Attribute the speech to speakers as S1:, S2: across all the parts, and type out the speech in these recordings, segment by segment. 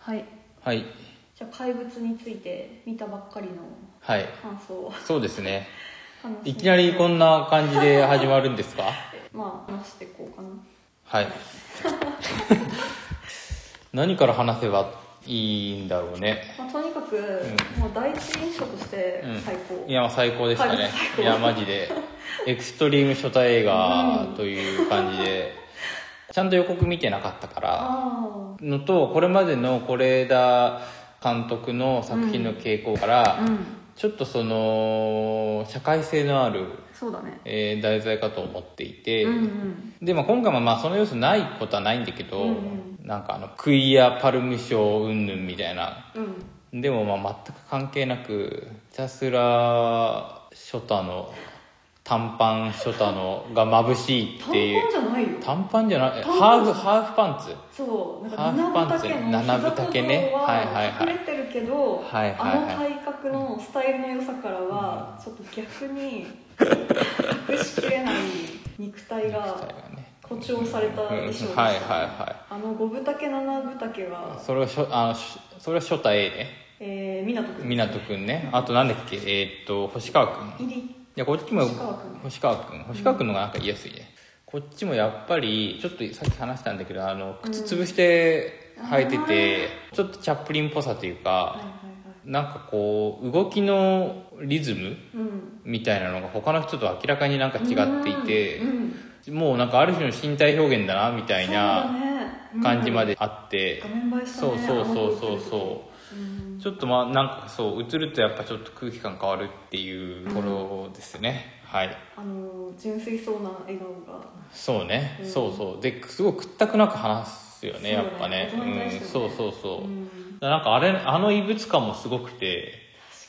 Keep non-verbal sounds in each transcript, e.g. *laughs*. S1: はい
S2: はい
S1: じゃあ怪物について見たばっかりの
S2: はい
S1: 感想を
S2: そうですね
S1: 話して
S2: いきなりこんな感じで始まる
S1: *laughs*
S2: んですか
S1: まあ話していこうかな
S2: はい *laughs* 何から話せばいいんだろうね
S1: まあ、とにかく、もう第一印象として
S2: うん
S1: 最高、
S2: いや最高でした
S1: はい
S2: ね
S1: 最高
S2: いやマジでエクストリーム初対映画という感じで
S1: *laughs*
S2: ちゃんと予告見てなかったから
S1: あ
S2: のとこれまでの是枝監督の作品の傾向から、
S1: あうん
S2: ちょっとその社会性のある、
S1: そうだね
S2: えー題材かと思っていて、
S1: うんうん
S2: で、まあ、今回もまあその要素ないことはないんだけど、
S1: うん
S2: なんかあのクイアパルム賞云々みたいな
S1: うん
S2: でもまあ全く関係なくひたすらショタの短パンショタのが眩しいっ
S1: 短パン
S2: ていう
S1: じゃないよ
S2: 短パンじゃない
S1: 短パン
S2: ハーフハーフパンツ
S1: そうな
S2: ハ
S1: ん
S2: ーフ
S1: か
S2: パンツ
S1: 七分丈の膝
S2: 七分丈ね
S1: 小僧
S2: はいはい
S1: は
S2: はい
S1: 隠れてるけど、
S2: はいはいはい
S1: あの体格のスタイルの良さからはちょっと逆に *laughs* 隠しきれない肉体
S2: みたい
S1: が
S2: なね
S1: 誇張された衣装でした、
S2: うんはいはいは
S1: あの五分丈七分丈は、
S2: それはしょあのしそれは初対 A ね
S1: えー、湊君
S2: 湊くんねあとなんだっけえーっと星川くんい
S1: 入り
S2: やこっちも
S1: 星川くん
S2: 星川くん星川くんの方がなんか言いやすいね、こっちもやっぱりちょっとさっき話したんだけどあの靴潰して履いてて、ちょっとチャップリンっぽさという
S1: はいはい
S2: か、
S1: はい
S2: なんかこう動きのリズム
S1: うん
S2: みたいなのが他の人と明らかになんか違っていて
S1: うん、うん
S2: もうなんかある種の身体表現だなみたい
S1: そう
S2: な
S1: だね
S2: 感じまであって、
S1: 画面映えした
S2: そう
S1: ね
S2: そうそうそうそううんちょっとまあなんかそう映るとやっぱちょっと空気感変わるっていうところですね、はい
S1: あの純粋そうな笑顔が
S2: そうね、
S1: うん
S2: そうそうですごい屈託なく話すよね
S1: そう
S2: や
S1: ね
S2: っぱね
S1: 大人に対しても
S2: うん、そ
S1: ね
S2: うそうそう、
S1: うん
S2: なんかあれあの異物感もすごくて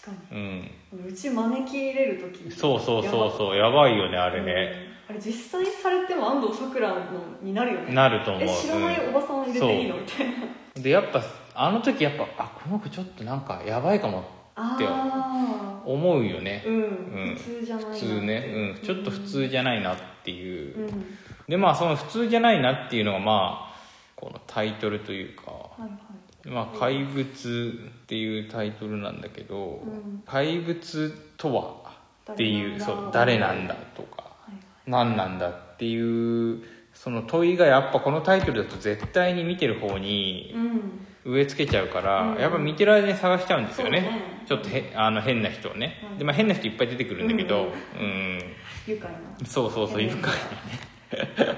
S1: 確か
S2: うん
S1: にうち招き入れる時
S2: そうそうそう
S1: う
S2: そうやばいよねあれね、
S1: あれ実際されても安藤サクラのになるよね
S2: なると思う
S1: え知らないおばさんを入れていいのみたいな
S2: でやっぱあの時やっぱあこの子ちょっとなんかやばいかも
S1: あ
S2: って
S1: あ
S2: 思うよね
S1: う、ん、
S2: うん
S1: 普通じゃないな
S2: 普通ね、うん、ちょっと普通じゃないなっていう、
S1: うん、うん
S2: でまあその普通じゃないなっていうのがまあこのタイトルというか
S1: はいはい
S2: まあ、怪物っていうタイトルなんだけど、
S1: うん
S2: 怪物とはっていうそう
S1: 誰
S2: 誰な
S1: なんん
S2: だ
S1: だ
S2: とか
S1: はいはい
S2: 何なんだっていうその問いがやっぱこのタイトルだと絶対に見てる方に
S1: うん
S2: 植え付けちゃうから、
S1: うん
S2: やっぱ見てる間に探しちゃうんですよね
S1: そうね
S2: ちょっとへあの変な人をね、
S1: うん
S2: でまあ、変な人いっぱい出てくるんだけど、うん
S1: 愉快な
S2: そうそうそういるか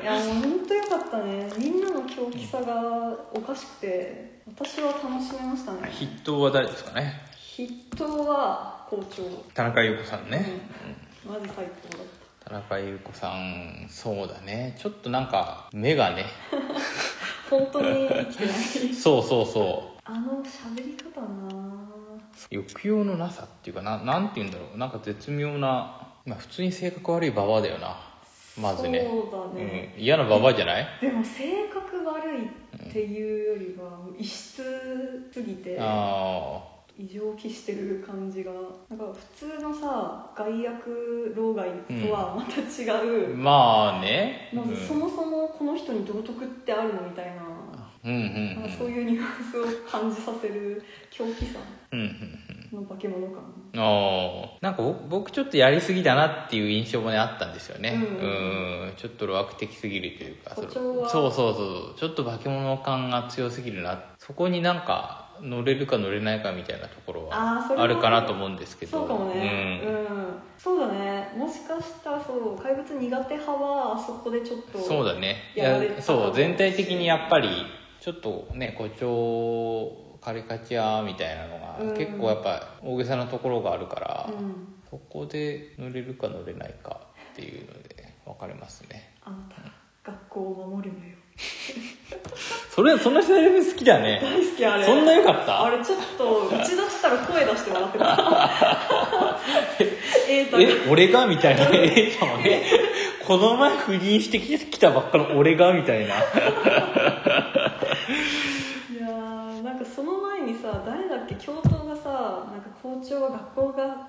S1: いやもう本当よかったねみんなの狂気さがおかしくて私は楽しめましたね
S2: 筆頭は誰ですかね
S1: 筆頭は校長
S2: 田中優子さんね、
S1: マジ最高だっ
S2: 田中優子さんそうだねちょっとなんか目がね
S1: た本当に生きてない
S2: そうそうそ
S1: あの喋り方な
S2: う抑揚のなさっていうかななんて言うんだろうなんか絶妙な、まあ、普通に性格悪いババアだよなまずね
S1: そうだね、
S2: うん、嫌なババアじゃない、
S1: でも性格悪いっていうよりは異質すぎて
S2: ああ
S1: 異常気してる感じがなんか普通のさ害悪老害とはまた違う、
S2: まあね、うん、
S1: まずそもそもこの人に道徳ってあるのみたいな,、
S2: うんうん
S1: なんかそういうニュアンスを感じさせる狂気さ
S2: うんうんうん
S1: の化け物感
S2: ああなんか僕僕ちょっとやりすぎだなっていう印象もねあったんですよね
S1: うん
S2: うんちょっと露悪的すぎるというかその
S1: 誇張は
S2: そうそうそうちょっと化け物感が強すぎるなそこになんか乗れるか乗れないかみたいなところ
S1: あーそれ
S2: は
S1: は
S2: あるかなと思うんですけど
S1: そうかもねう
S2: うん
S1: ん、そうだねもしかしたらそう怪物苦手派はあそこでちょっと
S2: そうだねい
S1: やられた
S2: やそう全体的にやっぱりちょっとね誇張カリカチュアみたいなのが、
S1: うん
S2: 結構やっぱ大げさなところがあるから、
S1: うん、
S2: そこで乗れるか乗れないかっていうので分かれますね
S1: あなたが学校を守るのよ
S2: それそのセレブ好きだね
S1: 大好きあれ
S2: そんな良かった
S1: あれちょっと打ち出したら声出して笑ってた
S2: *laughs*
S1: えーと
S2: え俺がみたいな *laughs* ええかもねこの前不倫してききたばっかの俺がみたいない
S1: やーなんかその前にさ誰だっけ教頭がさなんか校長は学校が大好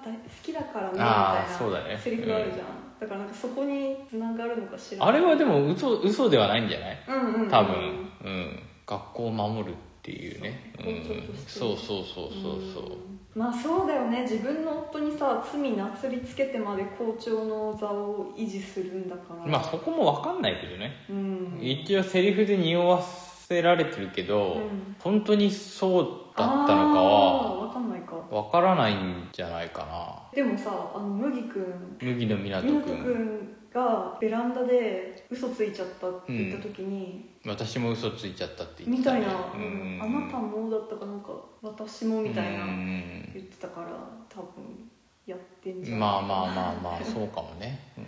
S1: きだからねみたい
S2: あーそうだ
S1: な
S2: ね
S1: セリフがあるじゃん、だからなんかそこにつながるのかしら
S2: あれはでも嘘嘘ではないんじゃない
S1: うんうんうん
S2: 多分、うん、学校を守るっていうね、
S1: 校して
S2: そうそうそうそうそう
S1: うんまあそうだよね自分の夫にさ罪なすりつけてまで校長の座を維持するんだから
S2: まあそこも分かんないけどね
S1: うん
S2: 一応セリフで匂わせられてるけど、
S1: うん
S2: 本当にそうだったのかは
S1: 分かんないか
S2: 分からないんじゃないか
S1: でもさあの麦君
S2: な麦野湊
S1: 湊
S2: くん
S1: 君がベランダで嘘ついちゃったって言った時に、
S2: 私も嘘ついちゃったって言
S1: み
S2: ってた
S1: た
S2: ね、
S1: いな、
S2: うん
S1: あなたもだったかなんか私もみたいな
S2: うん
S1: 言ってたから多分やってんじゃない
S2: まあまあまあまあそうかもね、うん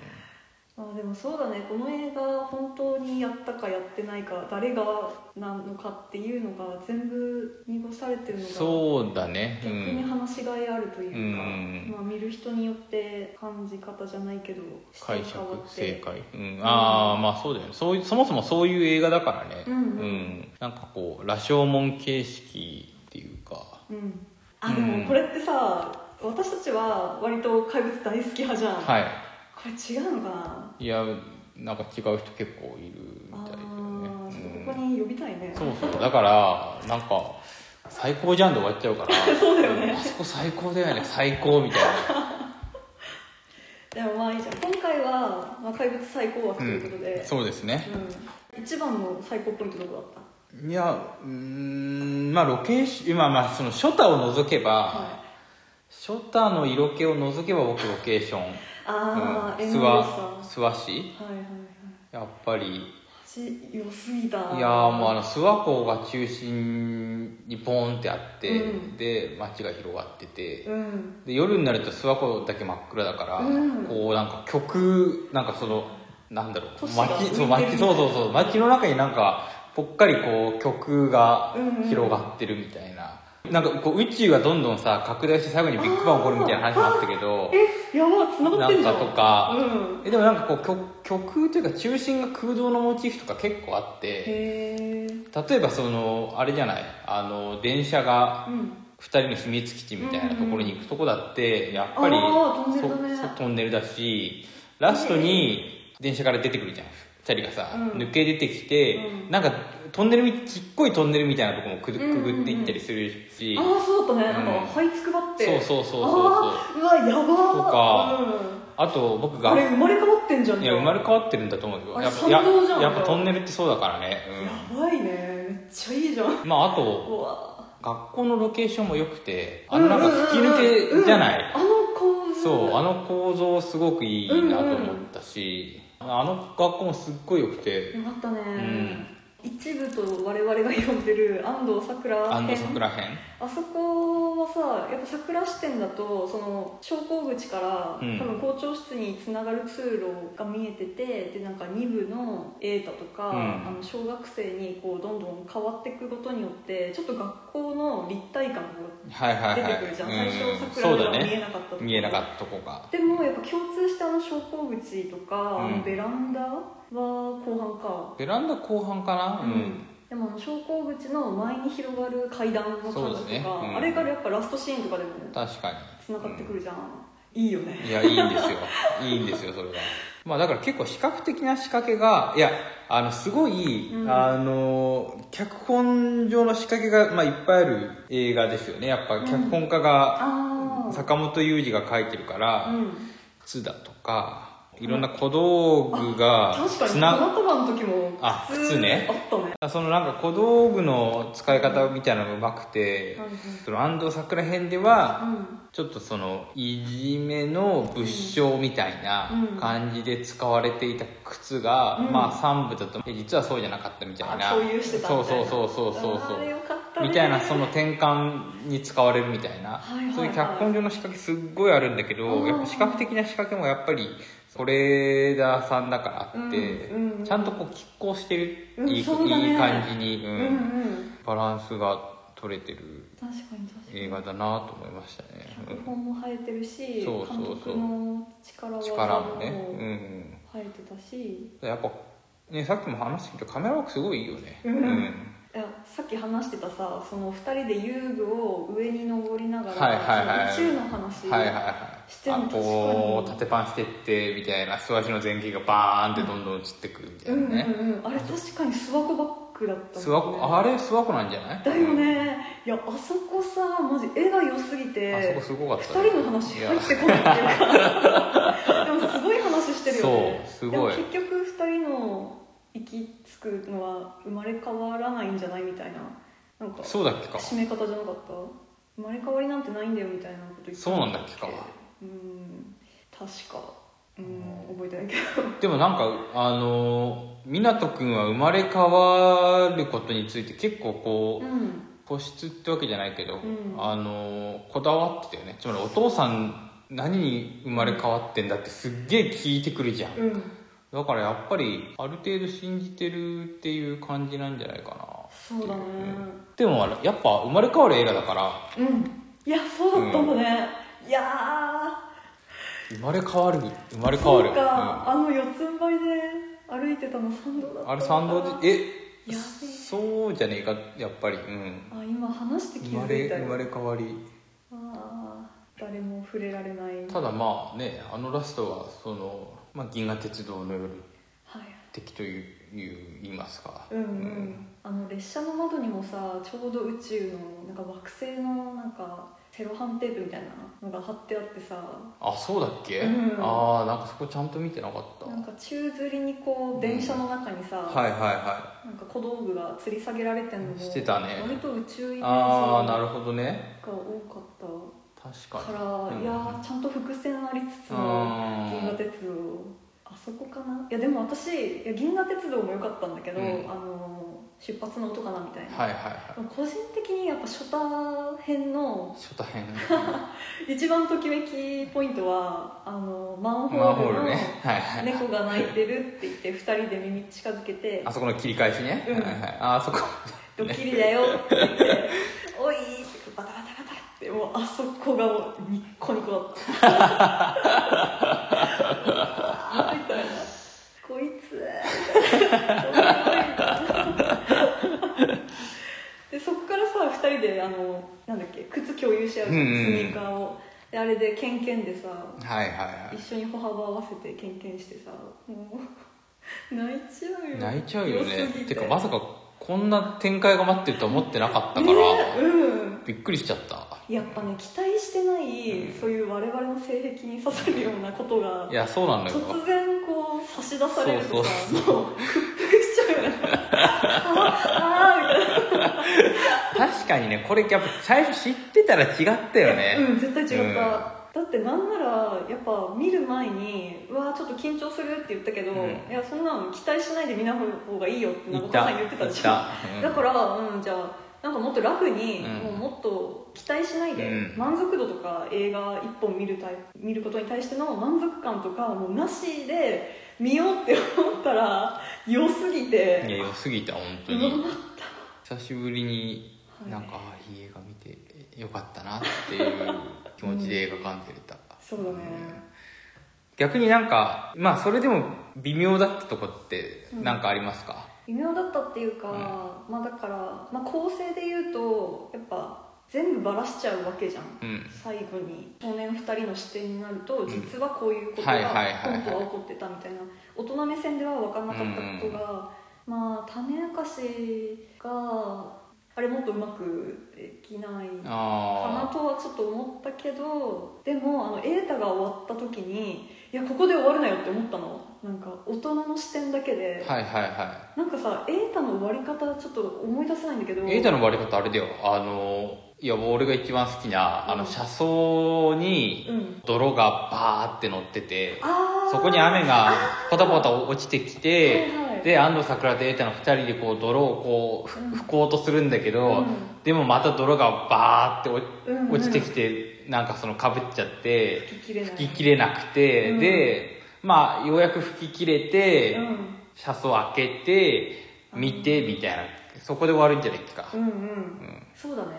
S1: あでもそうだねこの映画本当にやったかやってないか誰がなのかっていうのが全部濁されてるのが
S2: そうだね、う
S1: 逆に
S2: ん、
S1: 話しがいあるというか、
S2: うん
S1: まあ、見る人によって感じ方じゃないけど視点
S2: 解釈
S1: 変わって
S2: 正解、うん、ああまあそうだよねそういうそもそもそういう映画だからね
S1: うんうん
S2: なんかこう羅生門形式っていうか
S1: うんあでもこれってさ私たちは割と怪物大好き派じゃん、
S2: はい
S1: これ違うのかない
S2: やなんか違う人結構いるみ
S1: あ
S2: たいだよ
S1: あーちょっと
S2: ね、
S1: ここに呼びたいね、
S2: うん、そうそうだからなんか最高じゃんで終わっちゃうから
S1: *laughs* そうだよね
S2: あそこ最高だよね最高みたい
S1: *laughs*
S2: な
S1: でもまあいいじゃん今回は、まあ、怪物最高枠ということで、
S2: うん、そうですね
S1: うん一番の最高ポイントどこだった
S2: いやうーんまあロケーションまあまあそのショタを除けば、
S1: はい
S2: ショタの色気を除けば僕ロケーション
S1: ああ、
S2: うん
S1: エ
S2: 諏
S1: ムロさん
S2: 訪諏訪
S1: は
S2: 市
S1: いはいはい
S2: やっぱり
S1: ち良すぎたい
S2: いやーもうあの諏訪湖が中心にポーンってあって、
S1: うん
S2: で街が広がってて、
S1: うん
S2: で夜になると諏訪湖だけ真っ暗だから、
S1: うん
S2: こうなんか曲なんかそのなんだろう
S1: 都市が浮い
S2: 街
S1: てる
S2: そう街そうそうそう街の中になんかぽっかりこう曲が広がってるみたいな、なんかこう宇宙がどんどんさ拡大して最後にビッグバン起こるみたいな話もあったけど
S1: えやば繋がってんじゃん
S2: なんかとか
S1: うん
S2: えでもなんかこう曲曲というか中心が空洞のモチーフとか結構あって
S1: へえ
S2: 例えばそのあれじゃないあの電車が
S1: うん
S2: 2人の秘密基地みたいなところに行くとこだってやっぱり
S1: あートンネルだね
S2: そそトンネルだしラストに電車から出てくるじゃん2人がさ、
S1: うん
S2: 抜け出てきて、
S1: うん
S2: なんかトンネルみちっこいトンネルみたいなとこもくぐ
S1: うんうんうん
S2: くぐっていったりするし、
S1: ああそうだったね、
S2: うん
S1: なんか這いつくばって
S2: そうそうそうそうそう
S1: ああうわやばー
S2: あと僕
S1: うん、あ
S2: が
S1: れ生まれ変わってんじゃん
S2: いや生まれ
S1: や
S2: 変わってるんだと思うよ
S1: あれ
S2: やっぱ
S1: 参道じゃん
S2: ややっぱトンネルってそうだからね、
S1: ばいねめっちゃいいじゃん
S2: うん、まああと
S1: うわ
S2: 学校のロケーションも良くてあのなんか吹き抜けじゃない、
S1: うんうんうんあの構図
S2: そうあの構造すごくいいなと思ったし、あの学校もすっごい良くて
S1: よかったね、
S2: ん
S1: 一部と我々が呼んでる安藤サクラ
S2: 安
S1: 編
S2: 藤桜編
S1: あそこはさやっぱ桜支店だとその昇降口から、
S2: うん
S1: 多分校長室につながる通路が見えててでなんか2部の瑛太とか、
S2: うん
S1: あの小学生にこうどんどん変わっていくことによってちょっと学校の立体感が
S2: はいはい
S1: 出
S2: はい
S1: てくるじゃん、最初
S2: うん
S1: 桜
S2: そう
S1: で
S2: だ
S1: は見え
S2: ね
S1: なかったとこ
S2: 見えなかったとこが
S1: でもやっぱ共通したあの昇降口とか、あ
S2: う
S1: の
S2: ん
S1: ベランダは後半か
S2: ベランダ後半かなうん、
S1: でもあの昇降口の前に広がる階段の
S2: そう
S1: 感
S2: で
S1: じ
S2: す
S1: とか、
S2: ねうん
S1: あれからやっぱラストシーンとかでも
S2: 確かに
S1: つながってくるじゃん、いいよね
S2: いやいいんですよいいんですよそれがまあだから結構比較的な仕掛けがいやあのすごい、
S1: うん
S2: あの脚本上の仕掛けが、まあ、いっぱいある映画ですよねやっぱ脚本家が、
S1: ああ
S2: 坂本雄二が書いてるから、
S1: うん
S2: 靴だとかいろんな小道具が
S1: 確かに
S2: つ
S1: 花
S2: な
S1: 束の時も
S2: あ靴ね
S1: あったね
S2: そのなんか小道具の使い方みたいなのがうまくて、
S1: はいはい
S2: その安藤桜編では
S1: うん
S2: ちょっとそのいじめの物証みたいな
S1: うん
S2: 感じで使われていた靴が、
S1: うん
S2: まあ3部だとえ実はそうじゃなかったみたいな
S1: あ共有してた
S2: そう
S1: みたい
S2: そう
S1: な
S2: そうそうそうそ
S1: あれよかった
S2: う
S1: ね
S2: みたいなその転換に使われるみたいな、
S1: はいはいはい
S2: そういう脚本上の仕掛けすっごいあるんだけど
S1: うん
S2: やっぱ視覚的な仕掛けもやっぱり是枝さんだからあって、
S1: うんうん
S2: ちゃんとこう拮抗してる、
S1: うん
S2: いいいい
S1: そうだね
S2: 感じに、う
S1: うんんうん
S2: バランスが取れてる
S1: 確かに確かに
S2: 映画だなと思いましたね。うん
S1: 脚本も生えてるし
S2: そうそうそう
S1: 監督の力技
S2: 力もね、
S1: も
S2: うん
S1: 生えてたし、
S2: やっぱ、ね、さっきも話したけどカメラワークすごいいいよね
S1: うんいやさっき話してたさその2人で遊具を上に登りながら、
S2: はいはいはい
S1: その宇宙の話、
S2: はいはいはい
S1: しても
S2: あこう
S1: 確かに
S2: 縦パンしてってみたいな素足の前傾がバーンってどんどん映ってくるみた
S1: う
S2: い
S1: ん
S2: な
S1: うん
S2: ね、
S1: うん、あれ確かに諏訪湖バッグだったもんね
S2: 諏訪湖あれ諏訪湖なんじゃない
S1: だよね、やあそこさマジ絵が良すぎて
S2: あそこすごかったね
S1: 二人の話入ってこないっていうか *laughs* でもすごい話してるよね
S2: そうすごい
S1: でも結局二人の行き着くのは生まれ変わらないんじゃないみたいななんか
S2: そうだっけか
S1: 締め方じゃなかった生まれ変わりなんてないんだよみたいなこと言って
S2: そうなんだっけか
S1: うん確かうん覚えてないけど
S2: でもなんかあの湊くんは生まれ変わることについて結構こ
S1: う
S2: うん固執ってわけじゃないけど、
S1: ん
S2: あのこだわってたよねつまりお父さん何に生まれ変わってんだってすっげえ聞いてくるじゃん、
S1: うん
S2: だからやっぱりある程度信じてるっていう感じなんじゃないかな
S1: そうだね
S2: でもあれやっぱ生まれ変わる映画だから
S1: うんいやそうだったんだね、いやー
S2: 生まれ変わる生まれ変
S1: そ
S2: わ
S1: う
S2: る
S1: か、あの四つん這いで歩いてたの参道だっ
S2: う
S1: た
S2: んあれ賛同でえ
S1: やべえ
S2: そうじゃねえかやっぱりうん
S1: あ今話して気
S2: 生ま
S1: づ
S2: れ
S1: いた
S2: 生
S1: よ
S2: まれ変わり
S1: あー誰も触れられない
S2: ただまあねあのラストはその、まあ、銀河鉄道の夜
S1: はい
S2: 的といういう言いますか
S1: うんうん、あの列車の窓にもさちょうど宇宙のなんか惑星のなんかセロハンテープみたいなのが貼ってあってさ
S2: あそうだっけ、
S1: うん
S2: ああなんかそこちゃんと見てなかった
S1: なんか宙吊りにこう電車の中にさ、
S2: はいはいは
S1: なんか小道具が吊り下げられてんのも
S2: してたね
S1: 割と宇宙イメ
S2: い
S1: ージ
S2: ああな
S1: が
S2: るほどね
S1: 多かった
S2: 確
S1: か、
S2: からにうん
S1: いやーちゃんと伏線ありつつ
S2: あ
S1: の
S2: ー
S1: 銀河鉄道あそこかないやでも私いや銀河鉄道も良かったんだけど、
S2: うん
S1: あのー出発の音かなみたいな、
S2: はいはいはい
S1: 個人的にやっぱ初多編の
S2: 初対面
S1: *laughs* 一番ときめきポイントはあのーマンホ
S2: マンホ
S1: ール
S2: ー
S1: の
S2: ルねはいはい
S1: 猫が鳴いてるって言って2人で耳近づけて
S2: あそこの切り返しね、
S1: うん
S2: はいはいあーそこ
S1: 「ドッキリだよ」って言って「おい!」ってバタバタバタってもうあそこがもうニッコニコだ
S2: *laughs*
S1: ったみたいな「こいつ!」みたいなでそこからさ2人であのなんだっけ靴共有し合うじゃん
S2: うんうんうん
S1: スニーカーをであれでケンケンでさ
S2: はいはいは
S1: 一緒に歩幅合わせてケンケンしてさもう泣いちゃうよ
S2: い泣いちゃうよ
S1: 良
S2: ね
S1: すぎ
S2: てかまさかこんな展開が待ってるとは思ってなかったから、
S1: ねうん
S2: びっくりしちゃった
S1: やっぱね期待してない、
S2: うん
S1: そういう我々の性癖に刺さるようなことが
S2: いやそうなんだよ
S1: 突然こう差し出されるとさ
S2: そう
S1: もう屈服しちゃうよねああみたい
S2: 確かにねこれやっぱ最初知ってたら違ったよね
S1: なうん絶対違った、だってなんならやっぱ見る前に「うわーちょっと緊張する」って言ったけど、
S2: うん
S1: いやそんなの期待しないで見ない方がいいよって
S2: 言
S1: 長
S2: っ
S1: 岡
S2: た
S1: さん言ってたじゃん
S2: 言
S1: だ
S2: った
S1: から、うん、じゃあなんかもっとラフに、
S2: うん
S1: もうもっと期待しないで、
S2: うん
S1: 満足度とか映画1本見るタイプ見ることに対しての満足感とかもうなしで見ようって思ったら良すぎ
S2: うんい
S1: て
S2: や良すぎた本当
S1: う
S2: に
S1: まっ
S2: 久しぶりに
S1: はい
S2: なんか、ああいい映画見てよかったなっていう気持ちで映画館で出た、
S1: そうだね
S2: 逆になんかまあそれでも微妙だったとこって
S1: うん
S2: なんかありますか、
S1: 微妙だったっていうか、まあだから、まあ、構成で言うとやっぱ全部バラしちゃうわけじゃん
S2: うん
S1: 最後に少年2人の視点になると実はこういうことが
S2: はいはいはいはい
S1: 本当は起こってたみたいな大人目線では分からなかったことが、まあ種明かしがあれもっとうまくできないかな
S2: あ
S1: とはちょっと思ったけどでもあの瑛太が終わった時にいやここで終わるなよって思ったのなんか大人の視点だけで、
S2: あはいはいは
S1: なんかさ瑛太の終わり方ちょっと思い出せないんだけど
S2: い瑛太の割り方あれだよあのいや俺が一番好きなあの車窓に
S1: うん
S2: 泥がバーって乗ってて、
S1: あー
S2: そこに雨がポタポタ落ちてきて、
S1: はいはい
S2: で安藤サクラと瑛太の2人でこう泥をこうふ
S1: うん
S2: 拭こうとするんだけど、
S1: うん
S2: でもまた泥がバーって
S1: うんうん
S2: お落ちてきて、なんかそのかぶっちゃって
S1: 吹き切れない
S2: 吹き切れなくて、
S1: うん
S2: でまあようやく吹き切れて、
S1: うん
S2: 車窓開けて見てみたいなそこで終わるんじゃないっけか、
S1: うんうん、
S2: ん
S1: そうだね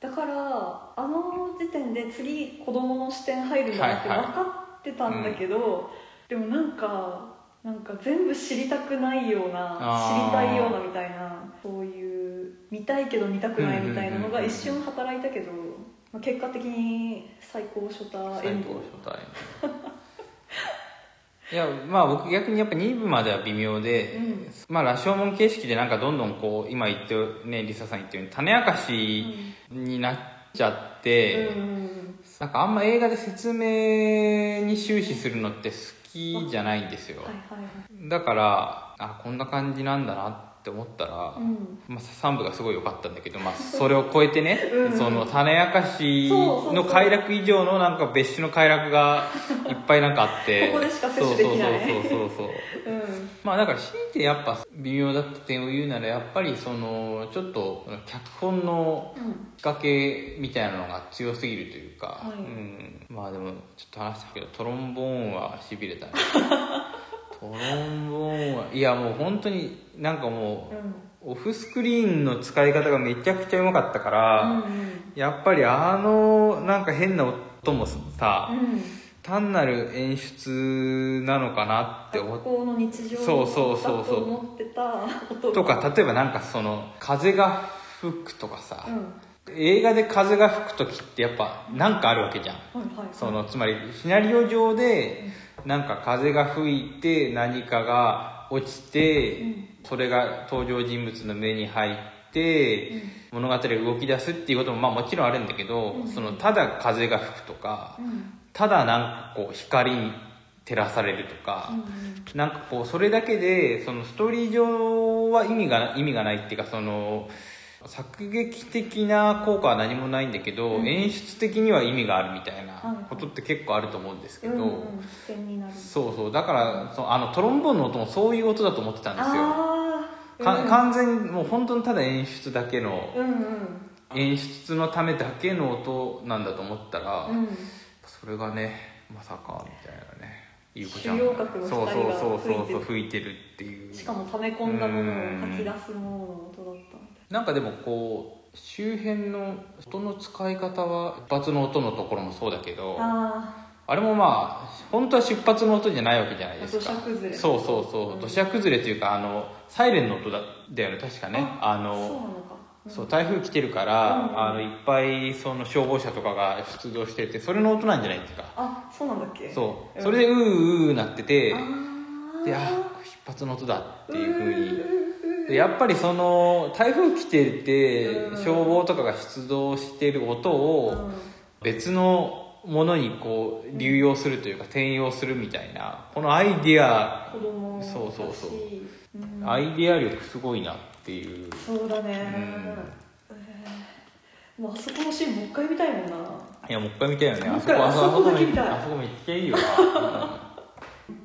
S1: だからあの時点で次子供の視点入るんだなって
S2: はいは
S1: 分
S2: い
S1: かってたんだけど、でもなんかなんか全部知りたくないような
S2: あ
S1: 知
S2: ー
S1: りたいようなみたいなそういう見たいけど見たくないみたいなのが一瞬働いたけど、まあ、結果的に最高ショタエ
S2: 最
S1: ンド
S2: 高所帯 *laughs* いやまあ僕逆にやっぱ2部までは微妙で、
S1: うん
S2: まあ羅生門形式でなんかどんどんこう今言ってねリサさん言ってるように種明かしになっちゃって、
S1: うん
S2: なんかあんま映画で説明に終始するのって好きじゃないんです
S1: は
S2: よ、
S1: いはいはい
S2: だからあこんな感じなんだなって思ったら、
S1: うん
S2: まあ、3部がすごい良かったんだけど、まあ、それを超えてね
S1: *laughs* うん
S2: その種明かし
S1: そうそうそ
S2: の
S1: う
S2: 快楽以上のなんか別種の快楽がいっぱいなんかあって
S1: *laughs* ここでしか摂取できない
S2: そうそうそうそうそう *laughs*
S1: うん
S2: まあだから強いてやっぱ微妙だった点を言うならやっぱりそのちょっと脚本の
S1: うん
S2: 仕掛けみたいなのが強すぎるというか、
S1: はい
S2: うん、まあでもちょっと話したけどトロンボーンはしびれ
S1: *laughs*
S2: たねトロンボーンはいやもう本当になんかもう
S1: うん
S2: オフスクリーンの使い方がめちゃくちゃうまかったか
S1: うん
S2: ら、やっぱりあのなんか変な音もさ、
S1: うん
S2: 単なる演出なのかなって思っ
S1: 学校の日常
S2: そうそうそ
S1: だ
S2: うそう
S1: と思ってた音
S2: とか例えばなんかその風が吹くとかさ、
S1: うん
S2: 映画で風が吹く時ってやっぱなんかあるわけじゃん
S1: はいはい
S2: そのつまりシナリオ上でなんか風が吹いて何かが落ちて、
S1: うん
S2: それが登場人物の目に入って、物語が動き出すっていうこともまあもちろんあるんだけど、
S1: うん
S2: そのただ風が吹くとか
S1: うんうん
S2: ただなんかこう光に照らされるとか、
S1: うん
S2: なんかこうそれだけでそのストーリー上は意味が意味がないっていうかその作劇的な効果は何もないんだけど、
S1: うん
S2: 演出的には意味があるみたい
S1: はいは
S2: ないことって結構あると思うんですけど、
S1: うんうん点になる
S2: そうそうだからそのあのトロンボーンの音もそういう音だと思ってたんですよ。
S1: ああ
S2: か完全にもう本当にただ演出だけの
S1: うんうん
S2: 演出のためだけの音なんだと思ったら、
S1: うん
S2: それがねまさかみたいなねゆうこちゃ
S1: 主要格の二人が
S2: そうそうそうそう
S1: 吹
S2: 吹いてるっていう
S1: しかも溜め込んだものを吐き出すものの音だったみたい
S2: なんかでもこう周辺の音の使い方は出発の音のところもそうだけどあ
S1: あ
S2: れもまあ本当は出発の音じゃないわけじゃないですか
S1: 土砂崩れ
S2: そうそうそう、
S1: うん
S2: 土砂崩れというかあのサイレンの音だだよね確かね
S1: あ
S2: あ
S1: そうな
S2: の
S1: のか
S2: そう台風来てるから、
S1: うん
S2: あのいっぱいその消防車とかが出動しててそれの音なんじゃないですか
S1: あそうなんだっけ
S2: そう
S1: うん
S2: それでうーうーなってて、
S1: あー
S2: であ出発の音だっていうふうに
S1: う
S2: でやっぱりその台風来てて
S1: うん
S2: 消防とかが出動してる音
S1: ーう
S2: を
S1: ん
S2: 別のものにこう流用するというか転用するみたいなこのアイディア
S1: 子供だし
S2: そうそうそう
S1: うん
S2: アイディア力すごいなっていう
S1: そうだねえーもうあそこのシーンもう一回見たいもんない
S2: やもう一回見たいよね
S1: もう
S2: あ
S1: 一
S2: そこ
S1: 回
S2: あそこ
S1: あそこだけ見たい
S2: あそこめっち
S1: *laughs*
S2: ゃいいよな、うん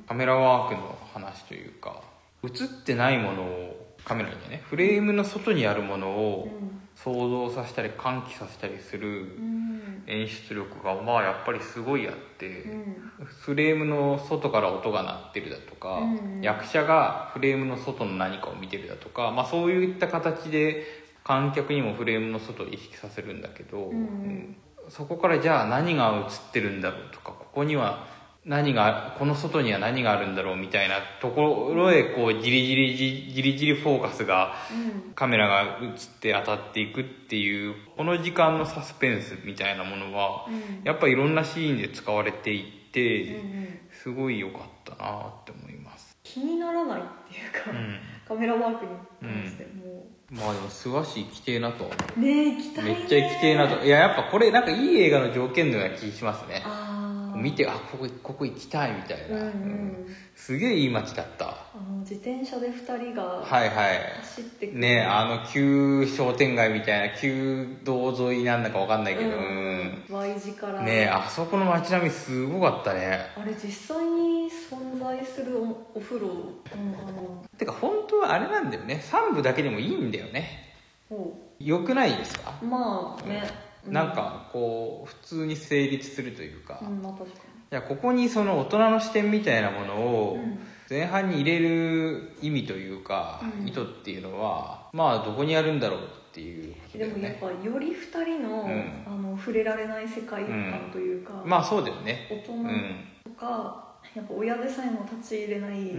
S2: カメラワークの話というか映ってないものをカメラにねフレームの外にあるもの
S1: う
S2: を
S1: ん
S2: 想像させたり喚起させたりする、
S1: うん
S2: 演出力がまあやっぱりすごいあって、
S1: うん
S2: フレームの外から音が鳴ってるだとか、
S1: うん
S2: 役者がフレームの外の何かを見てるだとか、まあ、そういった形で観客にもフレームの外を意識させるんだけど、
S1: うんうん
S2: そこからじゃあ何が映ってるんだろうとかここには何がこの外には何があるんだろうみたいなところへこうじりじりじじりじりフォーカスが
S1: うん
S2: カメラが映って当たっていくっていうこの時間のサスペンスみたいなものは
S1: うん
S2: やっぱいろんなシーンで使われてい
S1: うんう
S2: て
S1: ん
S2: すごい良かったなって思います、
S1: 気にならないっていうか、
S2: うん、
S1: カメラワークに関しても
S2: まあでも諏訪市行きてえなとは
S1: うねえ行きた
S2: 思う
S1: いね
S2: めっちゃ行きてえなといややっぱこれなんかいい映画の条件のような気しますね
S1: ああ
S2: 見てあここここ行きたいみたい
S1: うん
S2: な、
S1: うん、
S2: うんすげえいい街だった
S1: あの自転車で二人が
S2: はいはい
S1: 走ってくる
S2: ねあの旧商店街みたいな旧道沿いなんだかわかんないけど、
S1: う
S2: うん
S1: ん Y 字から
S2: ねえあそこの街並みすごかったね
S1: あれ実際に存在するおお風呂、うん、あの
S2: てか本当はあれなんだよね3部だけでもいいんだよね
S1: も
S2: よくないですか
S1: うまあね、う
S2: なん、かこう普通に成立するというか、
S1: う
S2: い
S1: んまあ、確か
S2: やここにその大人の視点みたいなもの
S1: に、う
S2: を
S1: ん
S2: 前半に入れる意味というか、
S1: うん
S2: 意図っていうのはまあどこにあるんだろうっていうことだ
S1: で
S2: よ
S1: もやっ
S2: ね
S1: ぱより二人の,、
S2: うん
S1: あの触れられない世界観というか、
S2: まあそうだよね
S1: 大人
S2: うんうん
S1: とか、やっぱ親でさえも立ち入れない、
S2: うんうんう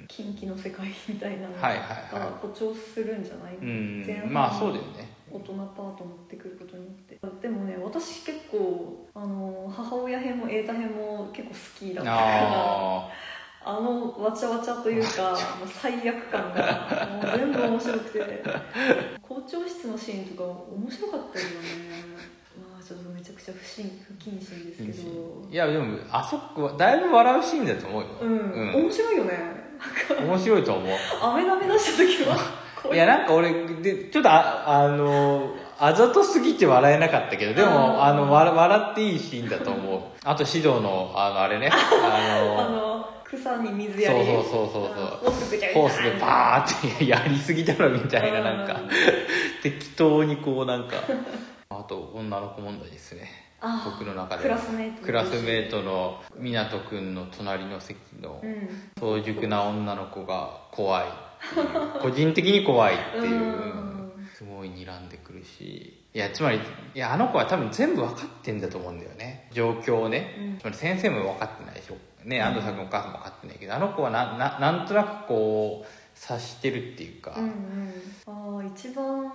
S2: ん
S1: 近畿の世界みたいなの
S2: はいはいはい
S1: が誇張するんじゃない、
S2: うん
S1: 前半
S2: まあそうだよね
S1: 大人パート持ってくることによってでもね私結構あの母親編も瑛太編も結構好きだったから
S2: あ
S1: *laughs* あのわちゃわちゃというかもう最悪感がもう全部面白くて校長室のシーンとか面白かったよねまあちょっとめちゃくちゃ不審不謹慎ですけ
S2: ーいい
S1: ど
S2: シーンいやでもあそこはだいぶ笑うシーンだと思うよ、
S1: うん、
S2: うん
S1: 面白いよね
S2: 面白いと思う
S1: 雨ダメ出した時
S2: *laughs*
S1: はこう
S2: いやなんか俺でちょっとああのあざとすぎて笑えなかったけどで
S1: あー
S2: もあのわ笑っていいシーンだと思うあと指導のあの
S1: *laughs*
S2: あれねあの
S1: あの草に水やり
S2: そうそうそうそうそう
S1: あホースぐちゃぐちゃ
S2: ホースでバーってやりすぎだろみたいななんか
S1: うん
S2: 適当にこうな
S1: *laughs*
S2: んかあと女の子問題ですね
S1: あー
S2: 僕の中で
S1: クラスメイト
S2: クラスメートの湊くんの隣の席の
S1: うん
S2: 早熟な女の子が怖いっていう個人的に怖いっていう
S1: うん
S2: すごい睨んでくるしいやつまりいやあの子は多分全部分かってんだと思うんだよね状況をね、
S1: うん
S2: つまり先生も分かってないでしょ、ね、安藤さんもお母さんも分かってないけど、あの子はなななんとなくこう察してるっていうか、
S1: うんうん、ああ一番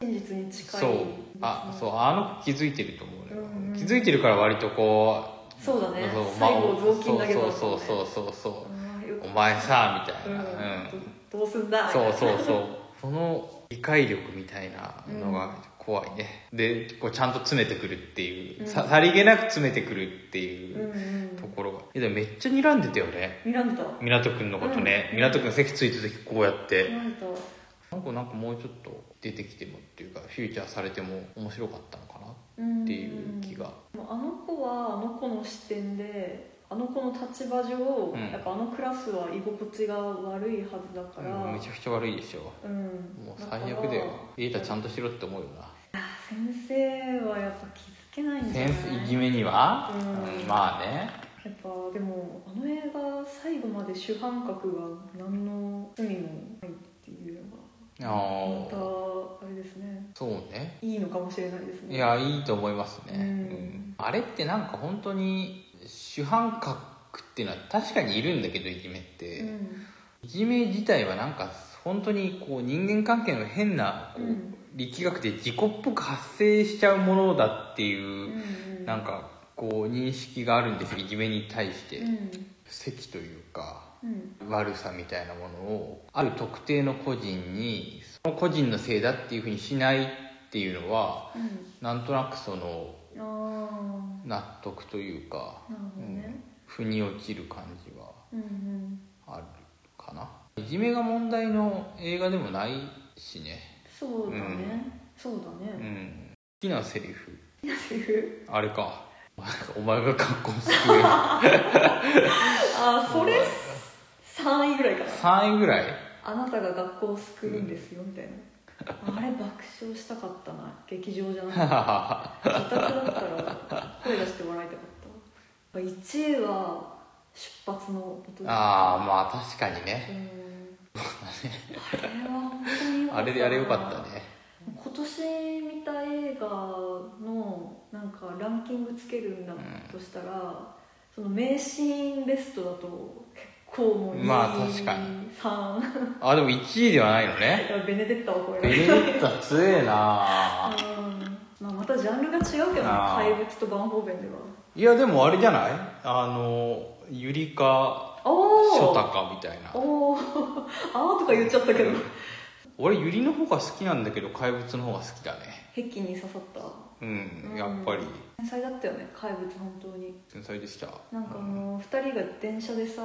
S1: 真実に近い
S2: そうあそう
S1: う
S2: あの子気づいてると思うのよ、
S1: うんうん
S2: 気づいてるから割とこう
S1: そうだね
S2: そう
S1: 最後雑巾だけど
S2: そうそうそうそうそうそう
S1: あーよ
S2: お
S1: く
S2: 前さみたいな、
S1: う
S2: うん
S1: ん、どどうすんだ
S2: そうそうそうその理解力みたいなのが怖いね、でこうちゃんと詰めてくるっていう、
S1: うん
S2: ささりげなく詰めてくるってい
S1: うんう
S2: うと
S1: ん
S2: ころが、いやでもめっちゃ睨んでたよね
S1: ミランダ
S2: 湊くんのことね、
S1: うん
S2: 湊くん席ついた時こうやって、
S1: ミランダ
S2: なんかなんかもうちょっと出てきてもっていうかフューチャーされても面白かったのかな
S1: うん
S2: っていう気が、
S1: もうあの子はあの子の視点であの子の立場上、
S2: うん
S1: やっぱあのクラスは居心地が悪いはずだから、
S2: うんめちゃくちゃ悪いでしょ
S1: うん
S2: もう
S1: だ
S2: 最
S1: から
S2: 悪だよ瑛太ちゃんとしろって思うよな
S1: 先生はやっぱ気づけないんじゃ
S2: セ
S1: ない
S2: ンスいじめには、
S1: うん
S2: うんまあね
S1: やっぱでもあの映画最後まで主犯格が何の罪もないっていうの
S2: あ
S1: が
S2: ー
S1: またあれですね
S2: そうね
S1: いいのかもしれないですね
S2: いやいいと思いますね、
S1: うん
S2: うんあれってなんか本当に主犯格っていうのは確かにいるんだけどいじめって、
S1: うん
S2: いじめ自体はなんか本当にこう人間関係の変なこう、
S1: うん
S2: 力学で自己っぽく発生しちゃうものだって
S1: う
S2: いう、
S1: ん
S2: なんかこう認識があるんですよいじめに対して、
S1: うん
S2: 責というか
S1: うん
S2: 悪さみたいなものをある特定の個人にその個人のせいだっていうふうにしないっていうのはなんとなくその
S1: うんあ
S2: 納得というか、
S1: あなるほど
S2: うん
S1: ね
S2: 腑に落ちる感じは
S1: うんうん
S2: あるかないじめが問題の映画でもないしね、
S1: そうだねそうだ
S2: う
S1: ね
S2: ん、好きなセリフ
S1: セリフ
S2: あれかお前が格好好
S1: あそれ3位ぐらいかな
S2: き3位ぐらい *laughs*
S1: あなたが学校を救うんですよみたいなあれ爆笑したかったな劇場じゃ
S2: *laughs*
S1: ない自宅だったら声出して笑いたかった1位は出発の音
S2: ああまあ確かにね
S1: うんあれは本当に良
S2: あれであれよかったね
S1: 今年見た映画のなんかランキングつけるんだとしたら、その名シーンベストだと結構もう
S2: まあ確かに
S1: 3
S2: あでも1位ではないのね
S1: ベネデッタを超え
S2: ベ
S1: られ
S2: ネ
S1: る
S2: デッタ強えな
S1: うんまあ、またジャンルが違うけどな
S2: あー
S1: 怪物とバンホーベンではい
S2: やでもあれじゃないあのゆりかシ
S1: お
S2: ョ
S1: お
S2: タカみたいな
S1: おお *laughs* あーとか言っちゃったけど
S2: 俺ユリの方が好きなんだけど怪物の方が好きだね
S1: 壁に刺さった
S2: うん、
S1: うん
S2: やっぱり
S1: 天才だったよね怪物本当に
S2: 天才でした
S1: なんかあの2人が電車でさ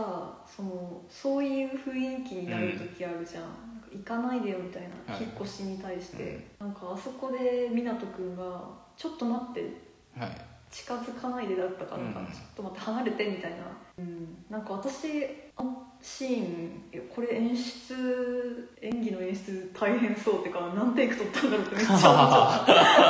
S1: そのそういう雰囲気になる時あるじゃん,、なんか行かないでよみたいな、
S2: はい
S1: 引っ越しに対して、なんかあそこで湊斗君が「ちょっと待って
S2: はい
S1: 近づかないで」だったからなんか、
S2: うん
S1: ちょっと待って離れて」みたいな、うん、なんか私あのシーンいやこれ演出演技の演出大変そうってか何テイク取ったんだろうってめっちゃ思っち
S2: *laughs*
S1: ゃったあれ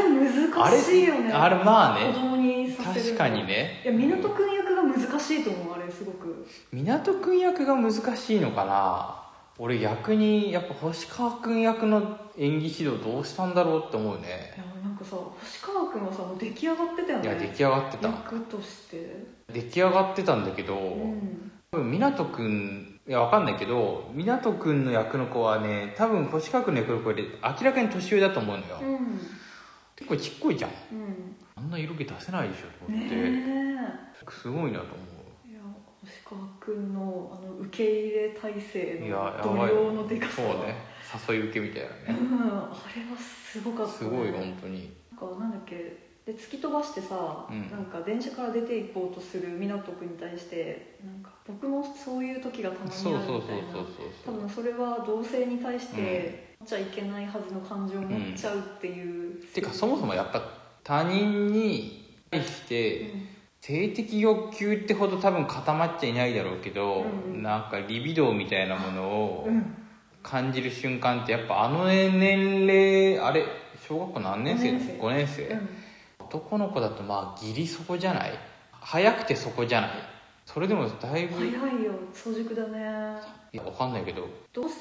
S2: あ
S1: 難しいよね
S2: れあれまあ
S1: 子
S2: ね
S1: 供にさせる
S2: 確
S1: の
S2: かにね
S1: いや湊くん役が難しいと思うあれすごく
S2: 湊くん役が難しいのかな俺逆にやっぱ星川くん役の演技指導どうしたんだろうって思う
S1: い
S2: ね
S1: やなんかさ星川くんはさもう出来上がってたよ
S2: い
S1: ね
S2: や出来上がってた
S1: 役として
S2: 出来上がってたんだけど、
S1: うん
S2: 多分湊くんいやわかんないけど湊くんの役の子はね多分星川君の役の子より明らかに年上だと思うのよ、
S1: うん
S2: 結構ちっこいじゃん
S1: うん
S2: あんな色気出せないでしょと思
S1: ね
S2: って、
S1: え
S2: すごいなと思
S1: いや星川君のあの受け入れ体制
S2: ういや
S1: の
S2: やば
S1: 度
S2: い
S1: 量のでかさ
S2: そうね誘い受けみたいな
S1: う
S2: ね
S1: んあれはすごかったね、
S2: すごい本当に
S1: なんかなんだっけで突き飛ばしてさ、
S2: うん
S1: なんか電車から出て行こうとする湊君に対してなんか僕もそういう時がたまにある
S2: そう
S1: み
S2: そうそう
S1: たい
S2: そう
S1: な
S2: そ
S1: 多分そ
S2: う
S1: れは同性に対して持っちゃいけないはずの感情を持っちゃうっていう、
S2: てかそもそもやっぱ他人に対して、
S1: うん
S2: 性的欲求ってほど多分固まっちゃいないだろうけど、
S1: うんうん
S2: なんかリビドーみたいなものを
S1: うん
S2: 感じる瞬間ってやっぱあの年齢あれ小学校何年生だ
S1: 五年生
S2: 5年生、
S1: うん
S2: 男の子だとまあギリそこじゃない早くてそこじゃないそれでもだいぶ
S1: 早
S2: い
S1: いよ早熟だね
S2: やわかんないけど
S1: 同性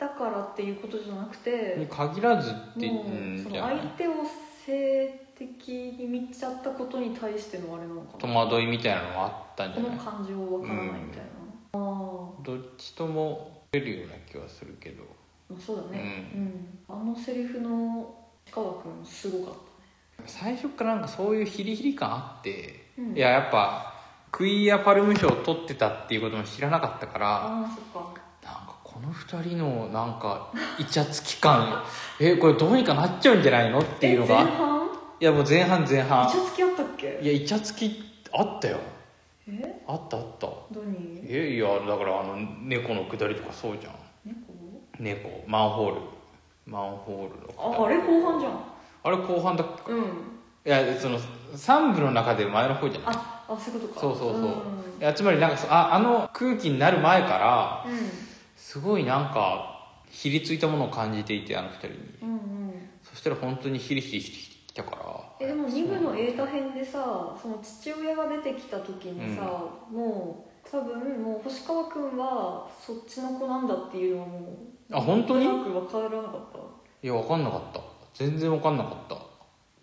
S1: だからっていうことじゃなく
S2: に
S1: て
S2: 限らずって
S1: も
S2: うん
S1: うそ
S2: じ
S1: の
S2: ゃない
S1: 相手を性的に見ちゃったことに対してのあれなのか
S2: 戸
S1: な
S2: 惑いみたいなのもあったんじ
S1: こ
S2: ゃ
S1: の
S2: ない
S1: 感情わからないみたいな、あ
S2: どっちとも出るような気はするけど
S1: あまあそうだねうん、あのセリフの氷川君すごかっ
S2: 最初からなんかそういうヒリヒリ感あって
S1: たね、うん、
S2: いややっぱクイアパルム賞を取ってたっていうことも知らなかったから
S1: ああそっか
S2: なんかこの2人のなんかイチャつき感えこれどうにかなっちゃうんじゃないのっていうの
S1: え前
S2: が
S1: 半
S2: いやもう前半前半
S1: イチャつきあったっけ
S2: いやイチャつきあったよ
S1: え
S2: あったあった
S1: 何
S2: えいやだからあの猫の下りとかそうじゃん
S1: 猫
S2: 猫マンホールマンホールのくだり
S1: ああれ後半じゃん
S2: あれ後半だっ
S1: うん
S2: けいやその3部の中で前の方じゃない
S1: ああそういうことか
S2: そうそうそう、
S1: うん
S2: いやつまりなんかそああの空気になる前から
S1: う
S2: すごいなんかひりついたものを感じていてあの二人に
S1: ん、うんうん
S2: そしたら本当にヒリヒリしてきたから
S1: えでも2部の映画編でさその父親が出てきた時にさ、もう多分もう星川君はそっちの子なんだっていうのはもう
S2: あ本当に
S1: なんとなく分からなかっ
S2: いや分かんなかった全然分かんなかった
S1: た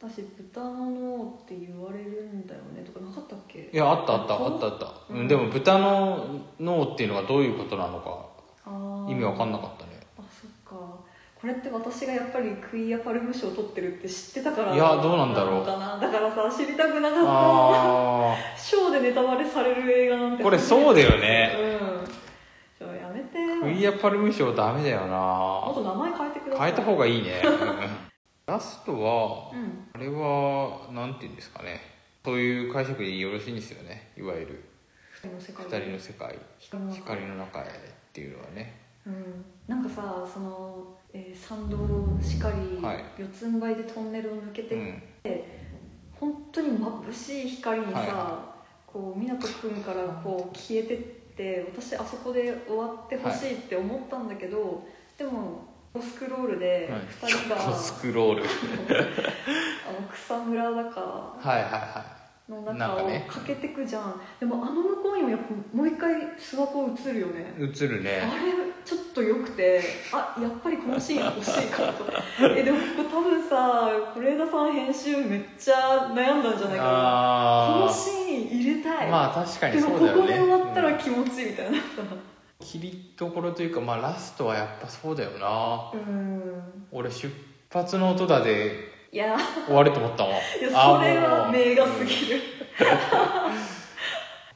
S1: 私豚の脳って言われるんだよねとかなかったっけ
S2: いやあったあったあったあった、うん、でも豚の脳っていうのがどういうことなのか
S1: あ
S2: 意味分かん
S1: ない
S2: なかったね
S1: あそっかこれって私がやっぱりクイアパルム賞を取ってるって知ってたから
S2: いやどうなんだろう
S1: のかなだからさ知りたくなかっ
S2: あ
S1: たショーでネタバレされる映画なん
S2: あ
S1: て
S2: これそうだよね
S1: うんちょやめて
S2: クイアパルム賞ダメだよ
S1: あ
S2: な
S1: と名前変えてくださ
S2: 変
S1: い
S2: えた方がいい *laughs* ねうんラストは
S1: うん
S2: あれはなんて言うんですかねそういう解釈でよろしいんですよねいわゆる
S1: 光の世界
S2: 二人の世界
S1: 光の
S2: 光の中へっていうのはね
S1: うんなんかさその、えー参道をしかり、
S2: はい
S1: 四つん這いでトンネルを抜けて、
S2: うん
S1: 本当に眩しい光にさ、
S2: はい
S1: こう湊君からこう消えてって私あそこで終わってほしいって思ったんだけど、でもスクロールで
S2: はい
S1: 二人が、
S2: ちょっとスクロール
S1: あの草むらだか
S2: はいはいは
S1: の
S2: なん
S1: 中
S2: か
S1: を
S2: ね
S1: 駆けてくじゃんでもあの向こうにもやっぱもう一回諏訪湖映るよね
S2: い映る
S1: あれ
S2: ね
S1: ちょっと良くてあやっぱりこのシーン欲しいかとえでもここ多分さ是枝さん編集めっちゃ悩んだんじゃないかなこの
S2: あ
S1: シーン入れた
S2: あ
S1: い、
S2: まあ確か
S1: で
S2: に
S1: も
S2: そう
S1: こ
S2: だよ
S1: こ
S2: ね
S1: で終わった
S2: う
S1: ら
S2: ん
S1: 気持ちいいみたいなさ
S2: 切りどころというかまあラストはやっぱそうだよな
S1: うん
S2: 俺出発の音だで
S1: いやいや
S2: 終わると思ったもん
S1: それ
S2: あー
S1: は
S2: もう
S1: 名画すぎる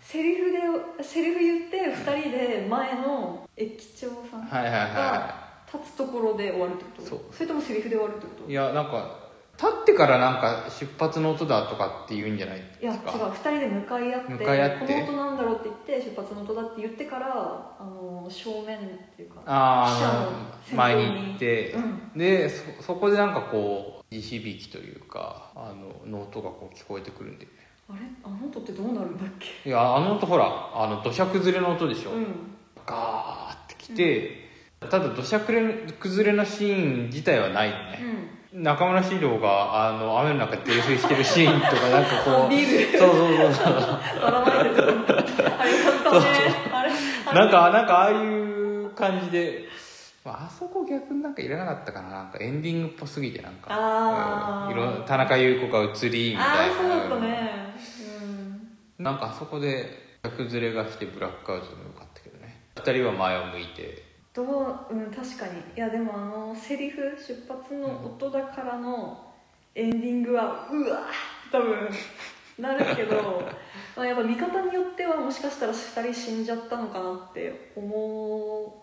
S1: セリフでセリフ言って2人で前の駅長さん
S2: はいはいはい
S1: 立つところで終わるってこと
S2: そう
S1: れともセリフで終わるってこと
S2: いやなんか立ってからなんか出発の音だとかって言うんじゃない
S1: いや
S2: で
S1: 違う
S2: すか
S1: 2人で向かい合って
S2: 向かい合って
S1: この音なんだろうって言って出発の音だって言ってからあの正面っていうか
S2: あ
S1: 記
S2: あ
S1: 者の
S2: 前
S1: 先頭に
S2: に行って、
S1: う
S2: でそそこでなんかこう地響きというかあのの音がこう聞こえてくるんで
S1: あれあの音ってどうなるんだっけ
S2: いやあの音ほらあの土砂崩れの音でしょ、
S1: うん
S2: ガーってきて、ただ土砂崩れ崩れのシーン自体はないよね、中村獅童があの雨の中泥酔してるシーンとかなんかこう
S1: ビ *laughs* ー
S2: そうそうそうそう
S1: ばらまいてるとこあれよかったねあれあれ
S2: なんか、なんかああいう感じで、まあ、あそこ逆になんかいらなかったかな、なんかエンディングっぽすぎて、なんか、
S1: あー
S2: うんいろん田中優子が移り、みた
S1: ああ
S2: いな。
S1: そうだったねうん
S2: うんなんかあそこで、崩れがしてブラックアウトでもよかったけどね。二二人は前を向いて
S1: どううん確かにいやでもあのセリフ出発の音だからのエンディングはうわーって多分なるけ
S2: *laughs*
S1: どまあやっぱ見方によってはもしかしたら2人死んじゃったのかなって思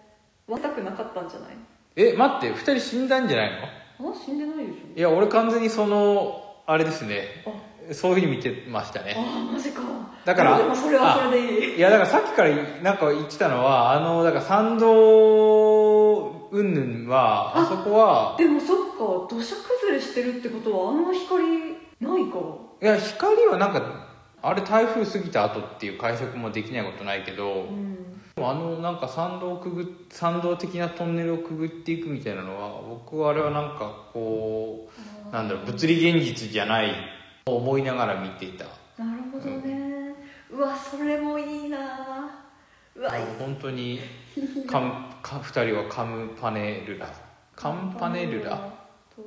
S1: わせたくなかったんじゃない
S2: え待って二人死んだんじゃないの
S1: あ死んでないでし
S2: いや俺完全にそのあれですね
S1: ょ
S2: そういうふうに見てましたね
S1: ああマジか
S2: だから
S1: でもそれはそれでいい
S2: いやだからさっきからなんか言ってたのはあのだから参道云々は
S1: あ
S2: あそこは
S1: でもそっか土砂崩れしてるってことはあんな光ないか
S2: いや光はなんかあれ台風過ぎた後っていう解釈もできないことないけど
S1: うん
S2: でもあのなんか参道をくぐっ参道的なトンネルをくぐっていくみたいなのは僕はあれはなんかこうなんだろう物理現実じゃないと思いながら見ていた
S1: なるほどね、うわそれもいいなうわいい
S2: 本当にカムカ2人はカムパネルラカムパネルラ
S1: と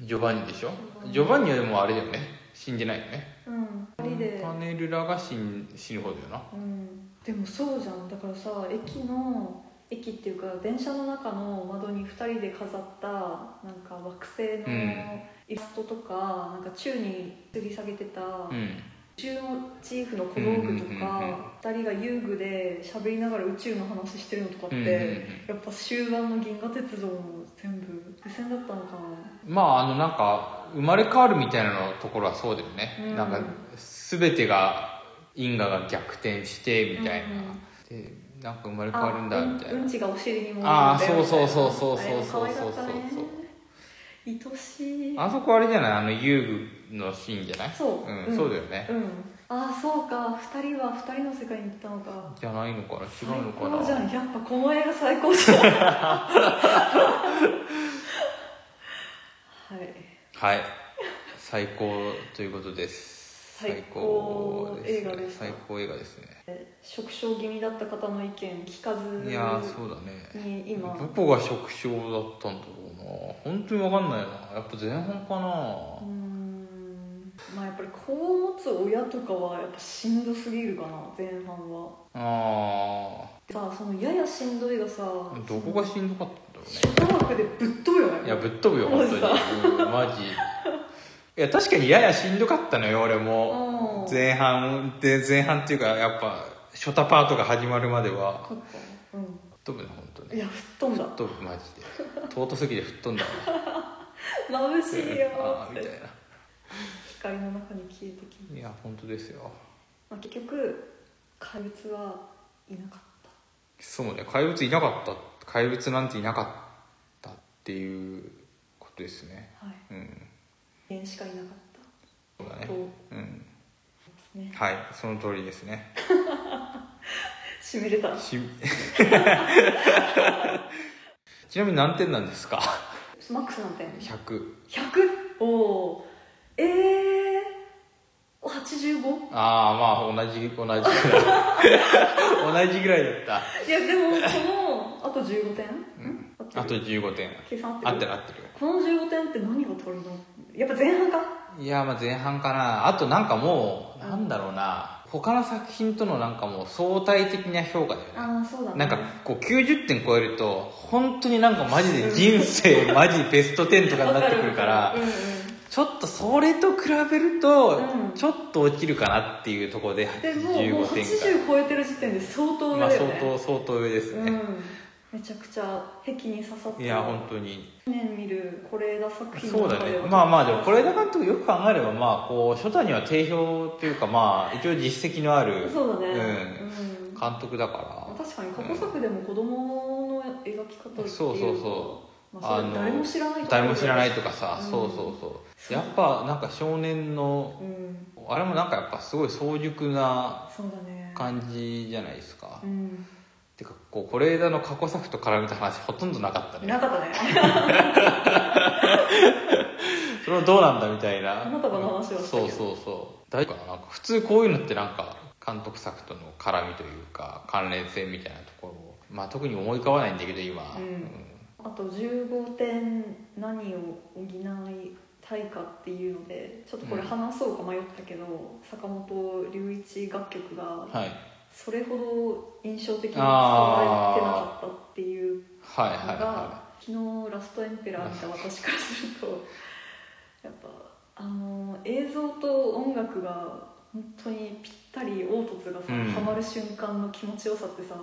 S2: ジョバンニでしょ
S1: ジ
S2: ジ
S1: ョ
S2: ョバンニはでもあれだよね死んでないよね
S1: うん
S2: カ
S1: 二人で
S2: ムパネルラが死ん死ぬ方だよな
S1: うんでもそうじゃんだからさ駅の駅っていうか電車の中の窓に2人で飾ったなんか惑星
S2: う
S1: の
S2: ん
S1: イラストとか、なんか宙に吊り下げてた、
S2: うん
S1: 宇宙チーフの小道具と
S2: うんうんうんうん
S1: か、二人が遊具で喋りながら宇宙の話してるのとかって、
S2: うんうんうん
S1: やっぱ終盤の銀河鉄道も全部付箋だったのかな
S2: まああのなんか生まれ変わるみたいなのところはそうだよね、
S1: うん
S2: なんか全てが因果が逆転してみたいな、でなんか生まれ変わるんだみたい
S1: あうん
S2: な
S1: うんちがお尻にも
S2: あー
S1: みたいな
S2: そうそうそうそうそうそう
S1: あれも可愛かったね
S2: そう
S1: 愛しい
S2: あそこあれじゃないあの遊具のシーンじゃない
S1: そう、
S2: んそうだよね、
S1: うんああそうか二人は二人の世界に行ったのか
S2: じゃないのかな違うのか
S1: 最高じゃ
S2: なん
S1: やっぱこの映画最高
S2: *laughs*
S1: じゃんはい
S2: はい最高ということです
S1: 最高
S2: 最
S1: 映画でした
S2: 最高映画ですね
S1: 食傷気味だった方の意見聞かず
S2: いやーそうだね
S1: に今
S2: どこが食傷だったんだろうな本当に分かんないなやっぱ前半かな
S1: うーんまあやっぱり子を持つ親とかはやっぱしんどすぎるかな前半は
S2: あ
S1: さあそのややしんどいがさ
S2: あどこがしんどかったんだろ
S1: その初科学でぶっ飛ぶよ
S2: うね
S1: ね
S2: いやぶっ飛ぶよ本当に
S1: マ
S2: うんマジいや確かにややしんどかったのよ俺も
S1: うん
S2: 前半で前半っていうかやっぱショタパートが始まるまでは
S1: そっかう
S2: 吹っ飛ぶね本当
S1: んい
S2: ね
S1: や吹っ飛んだ
S2: *laughs* 吹っ飛ぶマジで尊すぎて吹っ飛んだわ
S1: 眩しいよ
S2: あ
S1: ー
S2: あ
S1: っ
S2: みたい
S1: て光の中に消えてき
S2: ないや本当ですよ
S1: まあ結局怪物はいなかった
S2: そうね怪物いなかった怪物なんていなかったっていうことですね
S1: はい
S2: うん
S1: 人間しかいなかっ
S2: そうだ
S1: た
S2: ね
S1: と
S2: うん
S1: ですね
S2: はいその通りですね
S1: 締めれた
S2: し *laughs* ちなみに何点なんですか
S1: マックス何点
S2: 100
S1: 100? おおええー、85?
S2: ああまあ同じ同じぐらい同じぐらいだっ
S1: いやでもこのあと15点、ん、
S2: たあと
S1: る
S2: 15点
S1: 計算合
S2: 合
S1: っ
S2: ってて
S1: る
S2: る合ってる
S1: この15点って何が足りないやっぱ前半か
S2: いやまあ前半かなあとなんかもうなんだろうな他の作品とのなんかもう相対的な評価だよね
S1: ああそうだね
S2: なんかこう90点超えると本当になんかマジで人生マジベスト10とかになってくるから
S1: うんうん、
S2: ちょっとそれと比べると
S1: うん
S2: ちょっと落ちるかなっていうところで
S1: でもうもう
S2: 85点か
S1: 80超えてる時点で相当
S2: ま
S1: 上
S2: あ
S1: だよ
S2: 相
S1: ね、
S2: 当相当上です
S1: う
S2: ね
S1: んめちゃくちゃ壁に刺さった
S2: いや本当に
S1: 去年見る是枝作品
S2: そうだねまあまあでも是枝監督よく考えればまあこう初代には定評というかまあ一応実績のある
S1: そうだね
S2: うん
S1: うん
S2: 監督だから
S1: 確かに過去作でも子供の描き方っていうか、
S2: そうそうそ
S1: まあ、それ誰も知らないところで
S2: 誰も知らないとかさ
S1: うん
S2: そうそうそうやっぱなんか少年の
S1: うん
S2: あれもなんかやっぱすごい早熟な
S1: そうだね
S2: 感じじゃないですか、
S1: うん
S2: てかこう是枝の過去作と絡めた話ほとんどなかったね
S1: なかったね *laughs*
S2: それはどうなんだみたいな
S1: 花束の話はしたけ
S2: そ
S1: ど
S2: うそうそう大丈夫かななんか普通こういうのってなんか監督作との絡みというか関連性みたいなところをまあ特に思い浮かばないんだけど今、
S1: うんあと15点何を補いたいかっていうのでちょっとこれ話そうか迷ったけど、坂本龍一楽曲が
S2: はい
S1: それほど印象的に伝わってなかったっていう
S2: はいはい
S1: のが、
S2: は
S1: 昨日「ラストエンペラー」見た私からするとやっぱあの映像と音楽が本当にぴったり凹凸がさ、
S2: うん
S1: はまる瞬間の気持ちよさってさ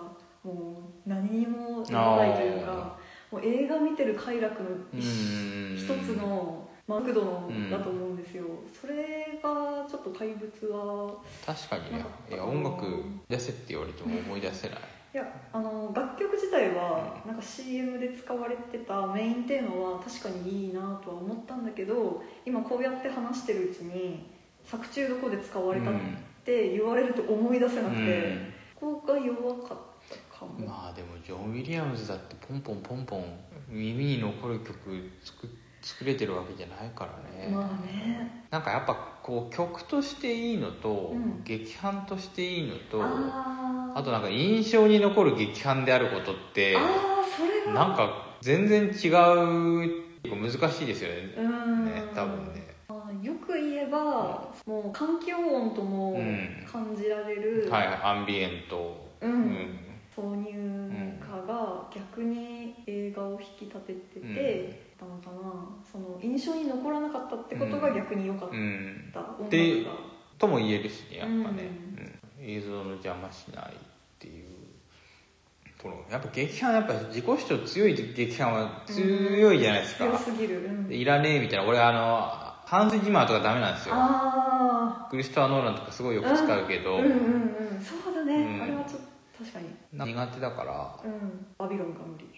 S1: もう何にもならないというかもう映画見てる快楽の
S2: い
S1: 一
S2: うん
S1: 一つの満足度の
S2: うん
S1: だと思うんですよ、それがちょっと怪物は
S2: 確かにね
S1: なんか
S2: いや音楽出せって言われても思い出せない
S1: いやあの楽曲自体はなんか CM で使われてたメインテーマは確かにいいなとは思ったんだけど今こうやって話してるうちに作中どこで使われたっ
S2: うん
S1: て言われると思い出せなくて、
S2: うん
S1: ここが弱かったかも、
S2: まあでもジョン・ウィリアムズだってポンポンポンポン耳に残る曲作作れてるわけじゃないからね
S1: まあね
S2: なんかやっぱこう曲としていいのと、
S1: うん
S2: 劇伴としていいのとあ
S1: あー
S2: となんか印象に残る劇伴であることって
S1: あーそれが
S2: なんか全然違う難しいですよね
S1: うーん
S2: ね多分ね
S1: まあよく言えば、もう環境音とも
S2: うん
S1: 感じられる、
S2: はいアンビエント
S1: うん
S2: うん
S1: 挿入歌が逆に映画を引き立ててて、だったのかなその印象に残らなかったってことが逆に良かっ
S2: うん
S1: た、音楽が
S2: でとも言えるしねやっぱね、
S1: う
S2: うん映像の邪魔しないっていうところやっぱ劇伴やっぱ自己主張強い劇伴は強いじゃないですか、
S1: 強すぎる、うん
S2: でいらねえみたいな俺あのハンス・ジマーとかダメなんですよ
S1: あ
S2: クリストア・ノーランとかすごいよく使うけ
S1: あ
S2: ど、
S1: うんうんうんそうだね、
S2: うん
S1: あれはちょっと確かに
S2: なんか苦手だから
S1: うんバビロンが無理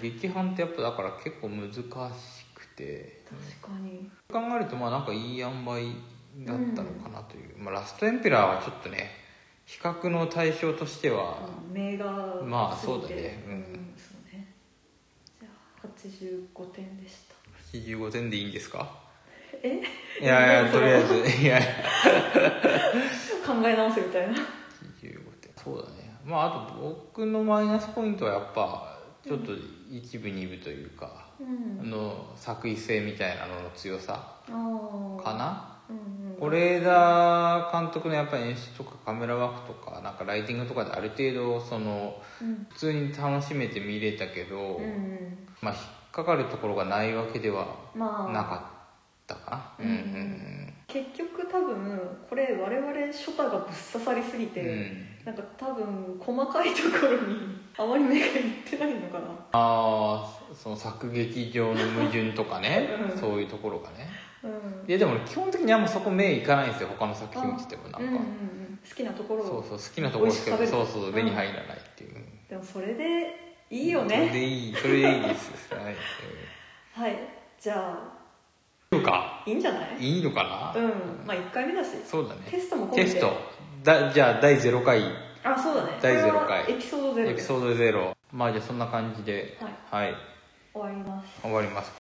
S2: 劇伴ってやっぱだから結構難しくて
S1: 確かに
S2: 考えるとまあなんかいい塩梅だったのかなという、まあ、ラストエンペラーはちょっとね比較の対象としては、
S1: あ名画すぎて
S2: まあそうだねうん
S1: そうねじゃあ85点でした *laughs*
S2: 85点でいいんですか
S1: え
S2: いやいやとりあえずいやいや
S1: 考え直せみたいな
S2: 85点そうだねまああと僕のマイナスポイントはやっぱちょっと一部二部というか、
S1: うん
S2: あの作為性みたいなのの強さ
S1: ああ
S2: かな
S1: うんうん
S2: 是枝監督のやっぱり演出とかカメラワークとかなんかライティングとかである程度その
S1: うん
S2: 普通に楽しめて見れたけど、
S1: うんうん
S2: まあ引っかかるところがないわけでは
S1: まあ
S2: なかったかな
S1: うん
S2: うんうん
S1: 結局多分これ我々初太がぶっ刺さりすぎ
S2: う
S1: て、
S2: んうん
S1: なんか多分細かいところにあまり目がいってないのかな
S2: ああその作劇上の矛盾とかね
S1: うん
S2: そういうところがね
S1: うん
S2: いやでも俺基本的にあんまそこ目いかないんですよ他の作品見ててもなんか、
S1: うんうんうん、好きなところ
S2: そう
S1: を
S2: そう好きなところしか
S1: 美味しく食べ
S2: そ
S1: る
S2: うそう目に入らないっていう、
S1: でもそれでいいよ
S2: それ
S1: ね
S2: でいいそれでいいですはい
S1: はいじゃ
S2: うんそうか
S1: あいいんじゃない
S2: いいのか
S1: う
S2: な、
S1: んまあ1回目だし
S2: そうだ
S1: テ
S2: ね
S1: ストも込んで
S2: テストだじゃあ第0回
S1: あそうだね
S2: 第
S1: これは
S2: 0回
S1: エピソード0
S2: エ
S1: で
S2: ピ
S1: す
S2: ソード0まあじゃあそんな感じで
S1: はい
S2: はい、
S1: 終わります
S2: 終わります